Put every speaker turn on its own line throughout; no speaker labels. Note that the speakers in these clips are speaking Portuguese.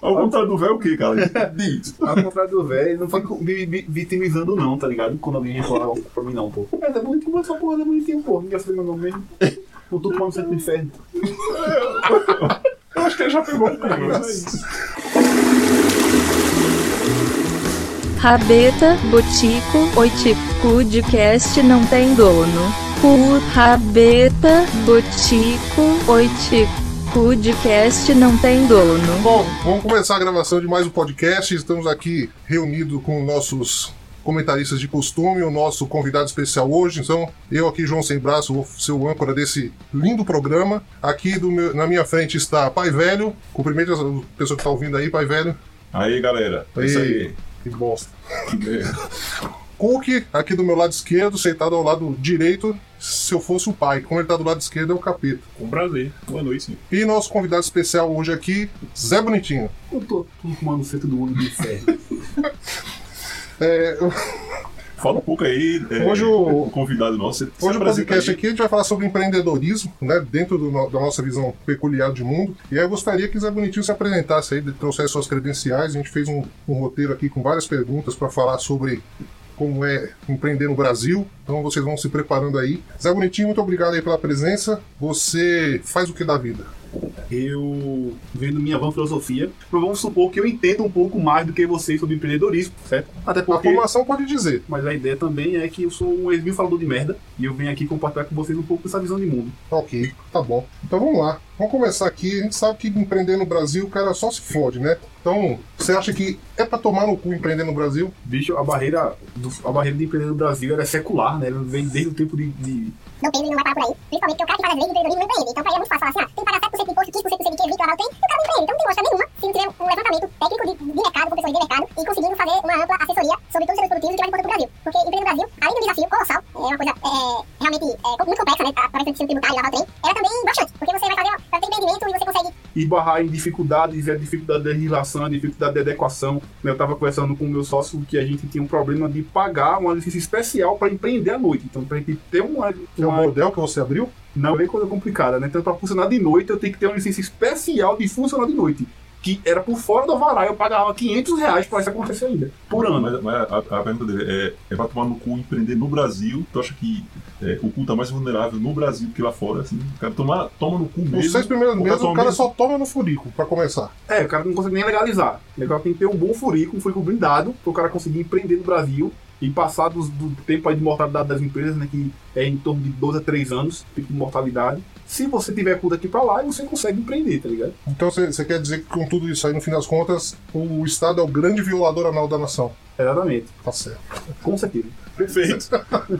Ao contrário do véio, o que, cara? Diz.
Ao contrário do velho, ele não foi vi- vi- vitimizando, não, tá ligado? Quando alguém fala pra mim, não, pô. Mas é bonitinho, mas essa porra é bonitinho, pô. Ninguém sabe meu nome mesmo. Eu tô tomando centro do inferno.
Eu acho que ele é já pegou o clima.
Rabeta, Botico, Oitico, Podcast não tem dono. Cu, Rabeta, Botico, Oitico, Podcast não tem dono.
Bom, vamos começar a gravação de mais um podcast. Estamos aqui reunidos com nossos comentaristas de costume, o nosso convidado especial hoje. Então, eu aqui, João Sem Braço, vou ser o âncora desse lindo programa. Aqui do meu- na minha frente está Pai Velho. Cumprimento a pessoa que está ouvindo aí, Pai Velho.
Aí, galera. É isso aí.
Que bosta. Cook, aqui do meu lado esquerdo, sentado ao lado direito, se eu fosse o pai. Como ele tá do lado esquerdo, é o capeta.
Com prazer. Boa noite, sim.
E nosso convidado especial hoje aqui, Zé Bonitinho.
Eu tô tomando centro do olho do inferno.
É,
Fala um pouco aí. é,
Hoje o-
convidado nosso. você- é você
Hoje o
apresenta
podcast
aí.
aqui a gente vai falar sobre empreendedorismo, né, dentro do no- da nossa visão peculiar de mundo. E aí eu gostaria que Zé Bonitinho se apresentasse aí, de- trouxesse suas credenciais. A gente fez um, um roteiro aqui com várias perguntas para falar sobre como é empreender no Brasil. Então vocês vão se preparando aí. Zé Bonitinho, muito obrigado aí pela presença. Você faz o que da vida?
Eu, vendo minha van filosofia, mas vamos supor que eu entendo um pouco mais do que vocês sobre empreendedorismo, certo? Até
A
porque...
formação pode dizer.
Mas a ideia também é que eu sou um ex falador de merda e eu venho aqui compartilhar com vocês um pouco dessa visão de mundo.
Ok, tá bom. Então vamos lá. Vamos começar aqui. A gente sabe que empreender no Brasil, o cara só se fode, né? Então, você acha que é para tomar no cu empreender no Brasil?
Bicho, a barreira, do, a barreira de empreender no Brasil era secular, né? Ela vem desde o tempo de- de
não tem, ele não vai parar por aí. Principalmente porque o cara que faz as leis do empreendedorismo não empreende. Então pra ele é muito fácil falar assim, ah, tem que pagar 7% de imposto, 15% de queijo, lavar o trem, e o cara não empreende. Então não tem lógica nenhuma se não tiver um levantamento técnico de, de mercado, com pessoas de mercado, e conseguindo fazer uma ampla assessoria sobre todos os seus produtivos que vai importante pro Brasil. Porque empreender no Brasil, além do desafio colossal, é uma coisa é, realmente é, com- muito complexa, né? A parece que tributário, lavar o trem, ela também é broxante, porque você vai fazer, ó, vai ter empreendimento e você consegue
e barrar em dificuldades, e a dificuldade da legislação, a dificuldade de adequação. né? Eu estava conversando com o meu sócio que a gente tinha um problema de pagar uma licença especial para empreender à noite. Então, para gente ter uma.
É o
uma-
bordel que você abriu?
Não é coisa complicada, né? Então, para funcionar de noite, eu tenho que ter uma licença especial de funcionar de noite. Que era por fora do Alvará, eu pagava 500 reais para isso acontecer ainda, por ano.
Mas, mas a, a pergunta dele é: é pra tomar no cu empreender no Brasil? Tu acha que é, o cu tá mais vulnerável no Brasil que lá fora? Assim? O cara toma, toma no cu mesmo.
Os seis primeiros
o
meses o cara
mesmo.
só toma no furico, pra começar.
É, o cara não consegue nem legalizar. O cara tem que ter um bom furico, um furico blindado, pro cara conseguir empreender no Brasil e passar dos- do tempo aí de mortalidade das empresas, né, que é em torno de 12 a 3 anos, tipo de mortalidade. Se você tiver cu daqui pra lá, você consegue empreender, tá ligado?
Então você você quer dizer que com tudo isso aí, no fim das contas, o Estado é o grande violador anal da nação.
Exatamente.
Tá certo.
Com certeza.
Perfeito.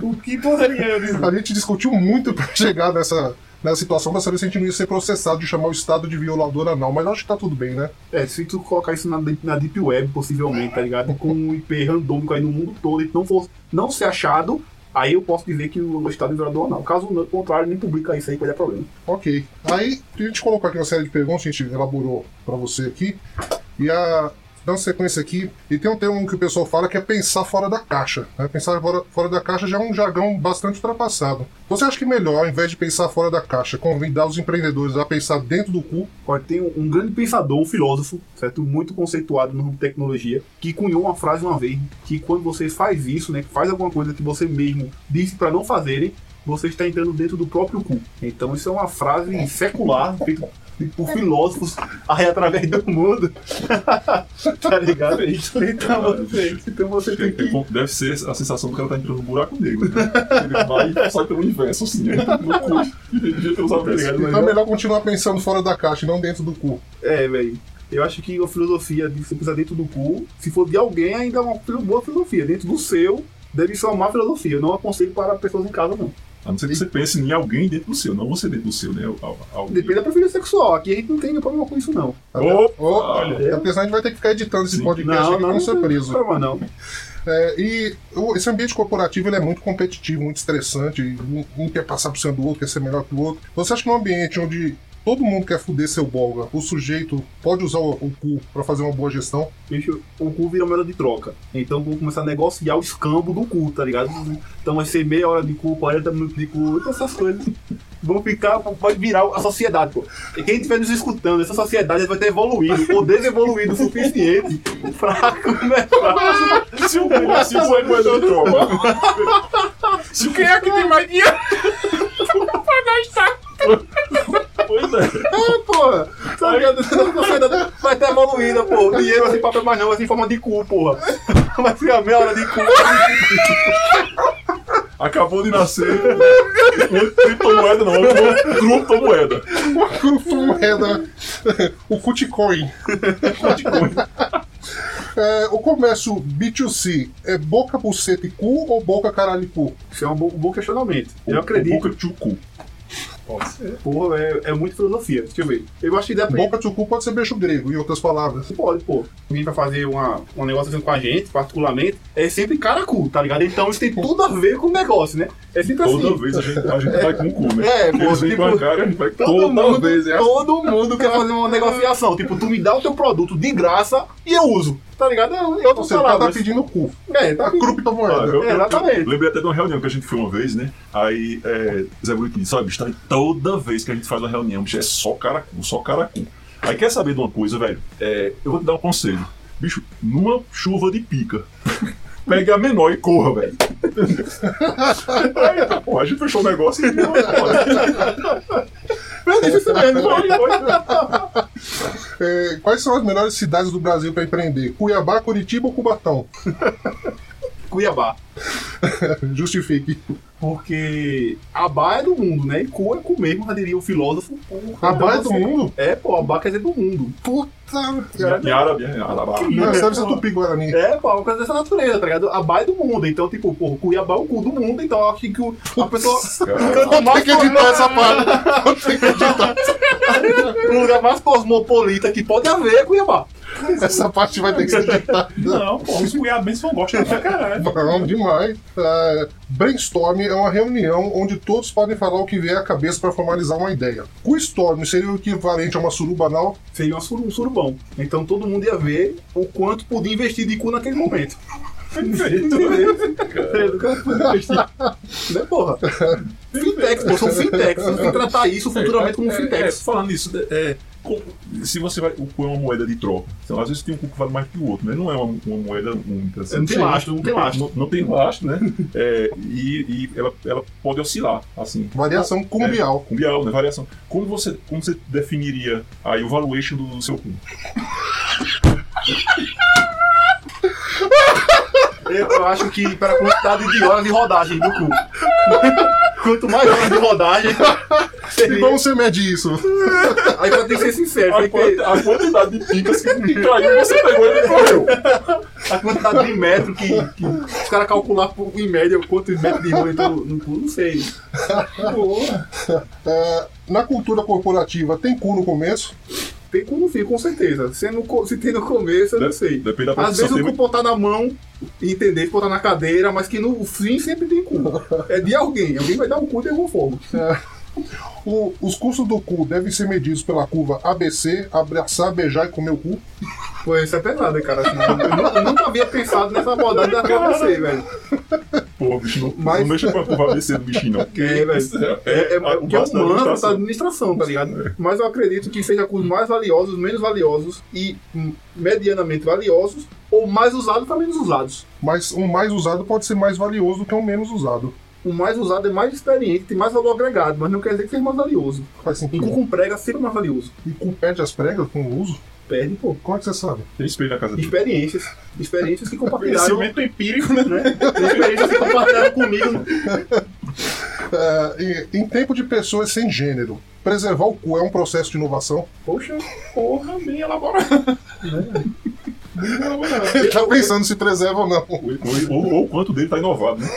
O que poderia né? eu dizer?
A gente discutiu muito pra chegar nessa, nessa situação pra saber se a gente não ia ser processado de chamar o Estado de violador anal, mas eu acho que tá tudo bem, né?
É, se tu colocar isso na, na Deep Web, possivelmente, tá ligado? Com um IP randômico aí no mundo todo e não for não ser achado, aí eu posso dizer que o Estado é violador ou não. Caso não- contrário, nem publica isso aí que vai dar problema.
Ok. Aí a gente colocou aqui uma série de perguntas que a gente elaborou pra você aqui. E a. Dando sequência aqui, e tem um termo que o pessoal fala que é pensar fora da caixa. né? Pensar fora, fora da caixa já é um jargão bastante ultrapassado. Você acha que melhor, ao invés de pensar fora da caixa, convidar os empreendedores a pensar dentro do cu?
Olha, tem um, um grande pensador, um filósofo, certo? Muito conceituado no ramo de tecnologia, que cunhou uma frase uma vez, que quando você faz isso, né, faz alguma coisa que você mesmo disse para não fazerem, você está entrando dentro do próprio cu. Então isso é uma frase secular, feita por filósofos aí através do mundo. tá ligado? Então você, então você tem que
é Deve ser a sensação do cara tá entrando no buraco negro. né? Ele vai e sai pelo universo, assim, entra no cu. De jeito que eu não sabe, tá ligado?
Então é melhor continuar pensando fora da caixa e não dentro do cu.
É, velho. Eu acho que a filosofia de você pensar dentro do cu, se for de alguém, ainda é uma filo- boa filosofia. Dentro do seu, deve ser uma má filosofia. Eu não aconselho para pessoas em casa, não.
A não ser que você pense em alguém dentro do seu, não você dentro do seu, né? Al- alguém.
Depende da preferência sexual. Aqui a gente não tem nenhum problema com isso, não.
Até,
Opa!
oh, olha, até porque senão a gente vai ter que ficar editando esse
Sim.
podcast aqui pra não ser preso.
tem problema, não.
É, e o- esse ambiente corporativo ele é muito competitivo, muito estressante. Um, um quer passar por cima do outro, quer ser melhor que o outro. Você acha que num ambiente onde todo mundo quer fuder seu bolga. O sujeito pode usar o, o cu pra fazer uma boa gestão.
Bicho, o cu vira moeda de troca. Então vou começar a negociar o escambo do cu, tá ligado? Então vai ser meia hora de cu, 40 minutos de cu, então essas coisas. Vão ficar, pode virar a sociedade, pô. E quem estiver nos escutando, essa sociedade vai ter evoluído ou desevoluído o suficiente né, pra começar.
Se o cu se o ego é do tropa. Se o
Quem é que tem mais dinheiro? pra gastar.
Pois é.
É, porra! Tá ligado? A sociedade vai ter evoluída, pô. Dinheiro assim, papel mais não, assim, forma de cu, porra. Vai ficar meia hora de cu.
Acabou de nascer. Não criptomoeda, não. É uma criptomoeda.
Uma criptomoeda. o Cutcoin. É, o comércio B2C é boca, buceta e cu ou boca, caralho e cu?
Isso é um bom, um bom questionamento. Eu acredito.
Boca tchucu.
Porra, é, é muito filosofia. Deixa eu ver. Eu acho que depende.
Boca to cu pode ser beijo grego, em outras palavras.
Pode, pô. Alguém vai fazer uma, um negócio assim com a gente, particularmente, é sempre cara cu, tá ligado? Então isso tem tudo a ver com o negócio, né? É sempre
Toda
assim.
vez a gente, a gente vai com o cu, né?
É, pô,
Eles vêm com
tipo,
a cara, a gente vai
Todo
toda
mundo,
vez.
né?
É assim.
todo mundo quer fazer uma negociação. Tipo, tu me dá o teu produto de graça e eu uso. Tá ligado? Eu, eu tô
Você tá, tá
falando.
pedindo o cu.
É,
A
tá
Ah,
criptomoeda.
eu- eu-
exatamente.
eu Lembrei até de uma reunião que a gente foi uma vez, né? Aí é, Zé Bonito disse: Olha, bicho, tá- toda vez que a gente faz uma reunião, bicho, é só caracu, só caracu. Aí quer saber de uma coisa, velho? É, eu vou te dar um conselho. Bicho, numa chuva de pica, pegue a menor e corra, velho. Aí, tá, pô, a gente fechou o negócio e não, pode.
É, quais são as melhores cidades do Brasil pra empreender? Cuiabá, Curitiba ou Cubatão?
Cuiabá.
Justifique.
Porque Abá é do mundo, né? E cu é cu mesmo, já diria o filósofo.
Abá é do mundo?
É, pô, Abá quer dizer do mundo.
Puta.
Em árabe, né? em árabe.
Não, sabe se é Tupi Guarani.
É, pô, uma coisa dessa natureza, tá ligado? A baia do mundo. Então, tipo, pô, Cuiabá é o cu do mundo. Então, eu acho que o- a pessoa. Canto
Tem
mais
que editar essa parte.
o um lugar mais cosmopolita que pode haver é Cuiabá.
Essa parte vai ter que ser editada.
Não, pô, os cuiabenses vão gostar pra caralho.
Bom demais. É, brainstorm é uma reunião onde todos podem falar o que vier à cabeça para formalizar uma ideia. Quickstorm seria o equivalente a uma suruba anal?
Seria um suru- um surubão. Então, todo mundo ia ver o quanto podia investir de cu naquele momento.
né?
Entendeu? Entendeu? O cara podia investir. Né, porra? Fintechs, pô, são fintechs. Você tem que tratar isso futuramente como
É, é,
fintechs.
falando nisso, é, com- se você vai. O cu é uma moeda de troca. Então, às vezes tem um cu que vale mais que o outro, né? Não é uma, uma moeda única. assim.
Não tem
Sim.
lastro, não tem lastro.
Não, não tem lastro, né? É, e e ela, ela pode oscilar, assim.
Variação cumbial.
Com bial, né? Variação. Como você, como você definiria aí o valuation do, do seu cu?
Eu, eu acho que para a quantidade de horas de rodagem do cu. Quanto mais horas de rodagem.
E
seria-
como você mede isso?
Aí vai ter que ser sincero,
A,
tem que ter
quanti- a quantidade de picas que, que caiu, você pegou e ele correu.
a quantidade de metro que, que os caras calcularam por- em média quanto de metro de rua entrou no, no cu, não sei.
É, na cultura corporativa tem cu no começo?
Tem cu no fim, com certeza. Se, é no co- se tem no começo, eu não sei.
Depende da
Às
profissão.
vezes o
tem
cu
muito-
botar na mão e entender, botar na cadeira, mas que no fim sempre tem cu. É de alguém, alguém vai dar um cu de alguma forma.
O- os custos do cu devem ser medidos pela curva ABC, abraçar, beijar e comer o cu.
Pô, isso é pesado, cara. Assim, eu, nu- eu nunca havia pensado nessa abordagem da KBC, velho.
Pô, bicho, não,
Mas-
não mexa com a curva ABC do bichinho, não. Porque
É,
isso
velho. É, é, é,
a-
o que é
base da
um manto da
alimentação.
administração, tá ligado? Mas eu acredito que seja com os mais valiosos, menos valiosos e hum, medianamente valiosos, ou mais usados para menos usados.
Mas um mais usado pode ser mais valioso do que um menos usado.
O mais usado é mais experiente, tem mais valor agregado, mas não quer dizer que seja mais valioso.
Faz
Em cu
sentido.
com prega, sempre mais valioso.
E cu perde as pregas com o uso?
Perde, pô.
Como é que você sabe?
Tem espelho na casa dele.
Experiências. Experiências que compartilharam.
Conhecimento empírico, né?
né? Experiências que compartilharam comigo.
É, em, em tempo de pessoas sem gênero, preservar o cu é um processo de inovação?
Poxa,
Porra, bem elaborado.
Ele tá pensando se preserva ou não.
Ou- Ou ou o quanto dele tá inovado, né?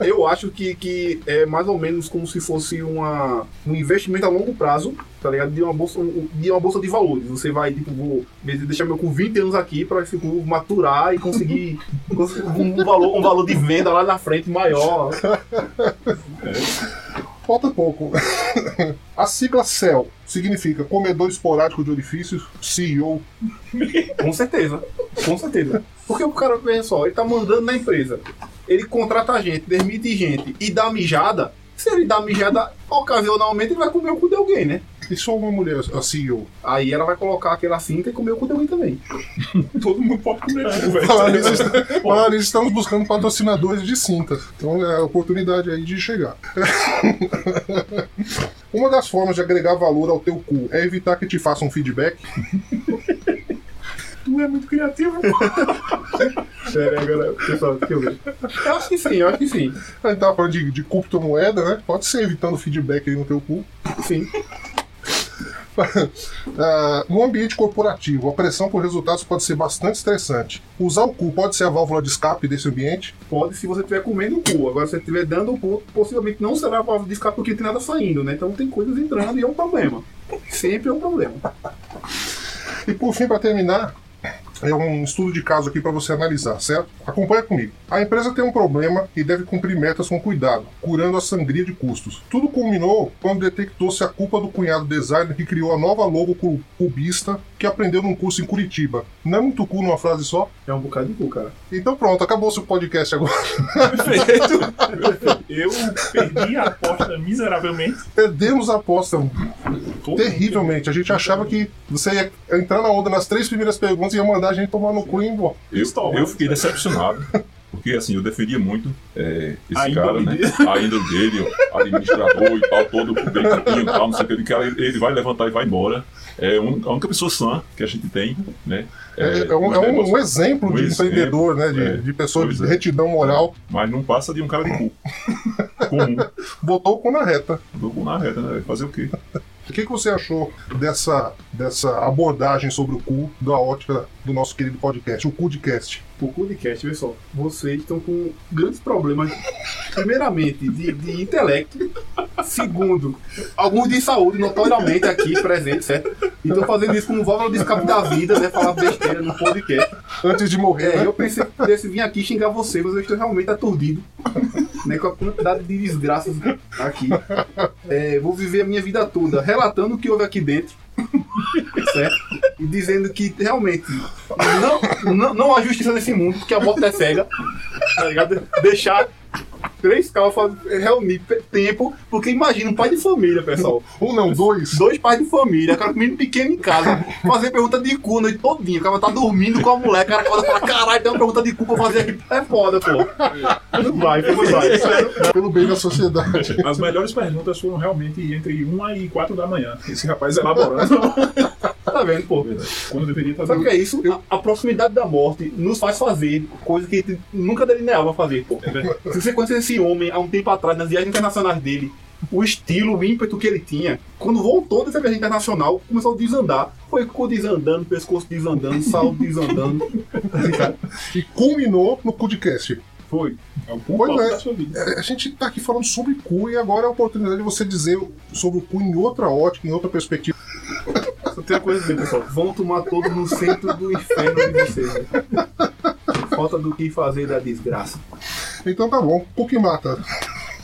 Eu acho que, que é mais ou menos como se fosse uma, um investimento a longo prazo, tá ligado? De uma bolsa de, uma bolsa de valores. Você vai, tipo, vou deixar meu com 20 anos aqui para esse cu maturar e conseguir um, valor, um valor de venda lá na frente maior.
falta pouco. A sigla CEL significa Comedor Esporádico de Orifícios, CEO.
Com certeza. Com certeza. Porque o cara, veja só, ele tá mandando na empresa. Ele contrata gente, demite gente e dá mijada. Se ele dá mijada ocasionalmente, ele vai comer o cu de alguém, né?
E só uma mulher, a CEO.
Aí ela vai colocar aquela cinta e comer o cu de alguém também.
Todo mundo pode comer
É.
cu, velho.
Falar nisso, falar nisso, estamos buscando patrocinadores de cintas. Então é a oportunidade aí de chegar. Uma das formas de agregar valor ao teu cu é evitar que te façam feedback.
Tu é muito criativo.
Sério, agora, pessoal, deixa eu ver. Eu acho que sim, eu acho que sim.
A gente tava falando de, de criptomoeda, né? Pode ser evitando feedback aí no teu cu.
Sim.
Ah, no ambiente corporativo, a pressão por resultados pode ser bastante estressante. Usar o cu pode ser a válvula de escape desse ambiente.
Pode se você estiver comendo o cu. Agora, se você estiver dando o cu, possivelmente não será para de ficar porque tem nada saindo, né? Então tem coisas entrando e é um problema. Sempre é um problema.
E por fim, para terminar, é um estudo de caso aqui para você analisar, certo? Acompanha comigo. A empresa tem um problema e deve cumprir metas com cuidado, curando a sangria de custos. Tudo culminou quando detectou-se a culpa do cunhado designer que criou a nova logo cu- cubista que aprendeu num curso em Curitiba. Não é muito cu numa frase só?
É um bocado de cu, cara.
Então pronto, acabou seu podcast agora.
Eu perdi a aposta miseravelmente.
Perdemos a aposta terrivelmente. A gente achava que você ia entrar na onda nas três primeiras perguntas e ia mandar a gente tomar no cu e ir embora.
Eu,
Pistola.
eu fiquei decepcionado. Porque assim, eu defendia muito é, esse
A
cara,
índole
né?
dele.
A índole dele, o administrador e tal, todo bem limpinho e tal, não sei o que. Ele, cara, ele ele vai levantar e vai embora. É a única- a única pessoa sã que a gente tem, né?
É, é um,
um
é um-
negócio-
um exemplo
um
de
exemplo,
empreendedor, né? De,
é.
de pessoa de
Pois é.
retidão moral.
Mas não passa de um cara de cu. Comum.
Botou o cu na reta.
Do cu na reta, né? Fazer o quê?
O que, que você achou dessa, dessa abordagem sobre o cu da ótica do nosso querido podcast, o Cudcast?
O podcast, pessoal, vocês estão com grandes problemas. Primeiramente, de, de intelecto. Segundo, alguns de saúde, notoriamente aqui presente, certo? E estão fazendo isso como válvula de escape da vida, né? Falar besteira no podcast.
Antes de morrer,
É,
né?
eu pensei que pudesse vir aqui xingar você, mas eu estou realmente aturdido. Né, com a quantidade de desgraças aqui. É, vou viver a minha vida toda relatando o que houve aqui dentro. Certo? E dizendo que realmente não, não, não há justiça nesse mundo, porque a bota é cega. Tá ligado? Deixar três calfas reunir pe- tempo, porque imagina um pai de família, pessoal.
Um não, dois.
Dois pais de família, cara com menino pequeno em casa, fazer pergunta de cu a noite todinha. O cara tá dormindo com a mulher, o cara acorda e fala: caralho, tem uma pergunta de cu pra fazer aqui. É foda, pô. Não vai, não vai.
Pelo bem da sociedade.
As melhores perguntas foram realmente entre 1 e 4 da manhã. Esse rapaz elaborando
Tá vendo, pô?
quando deveria estar
Sabe o que é isso? A, a proximidade da morte nos faz fazer coisa que a gente nunca delineava fazer, pô. Se você conhece esse homem há um tempo atrás, nas viagens internacionais dele, o estilo, o ímpeto que ele tinha, quando voltou dessa viagem internacional, começou a desandar. Foi ficou desandando, pescoço desandando, salto desandando.
E culminou no Cudcast.
Foi. É o
Pois
ponto alto
é.
da sua vida.
É, A gente tá aqui falando sobre cu e agora é a oportunidade de você dizer sobre o cu em outra ótica, em outra perspectiva.
Só tem uma coisa a dizer, pessoal. Vão tomar todos no centro do inferno de vocês. né? Falta do que fazer da desgraça.
Então tá bom, cu que mata.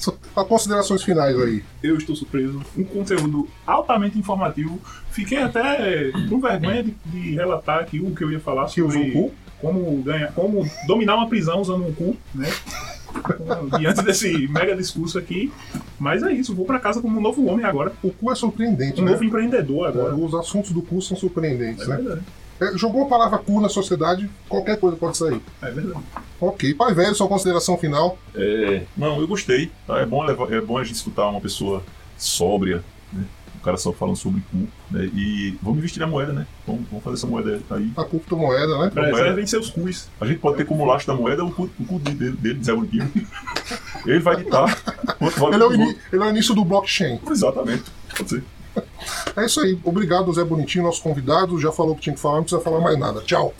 Só Considerações finais aí.
Eu estou surpreso. Um conteúdo altamente informativo. Fiquei até eh, com vergonha de, de relatar aqui o que eu ia falar
Que usou o
sobre
cu?
como, ganhar, como dominar uma prisão usando um cu, né? Então, Diante desse mega discurso aqui. Mas é isso, vou pra casa como um novo homem agora.
O cu é surpreendente,
Um
né?
novo empreendedor agora.
Os assuntos do cu são surpreendentes,
É
né?
verdade.
É, jogou a palavra cu na sociedade, qualquer coisa pode sair.
É verdade.
Ok, pai velho, sua consideração final.
É, não, eu gostei. tá? É, bom levar- é bom a gente escutar uma pessoa sóbria, né? O cara só falando sobre cu, né? E vamos investir na moeda, né? Vamos, vamos fazer essa moeda aí.
A criptomoeda, né?
Preservem seus cus.
A gente pode ter como laço da moeda o cu, o cu de- dele, dele, Zé Bonitinho. Ele vai ditar quanto vale
Ele é, o
o
ini- ele é o início do blockchain.
Exatamente. Pode ser.
É isso aí. Obrigado, Zé Bonitinho, nosso convidado. Já falou o que tinha que falar, não precisa falar mais nada. Tchau.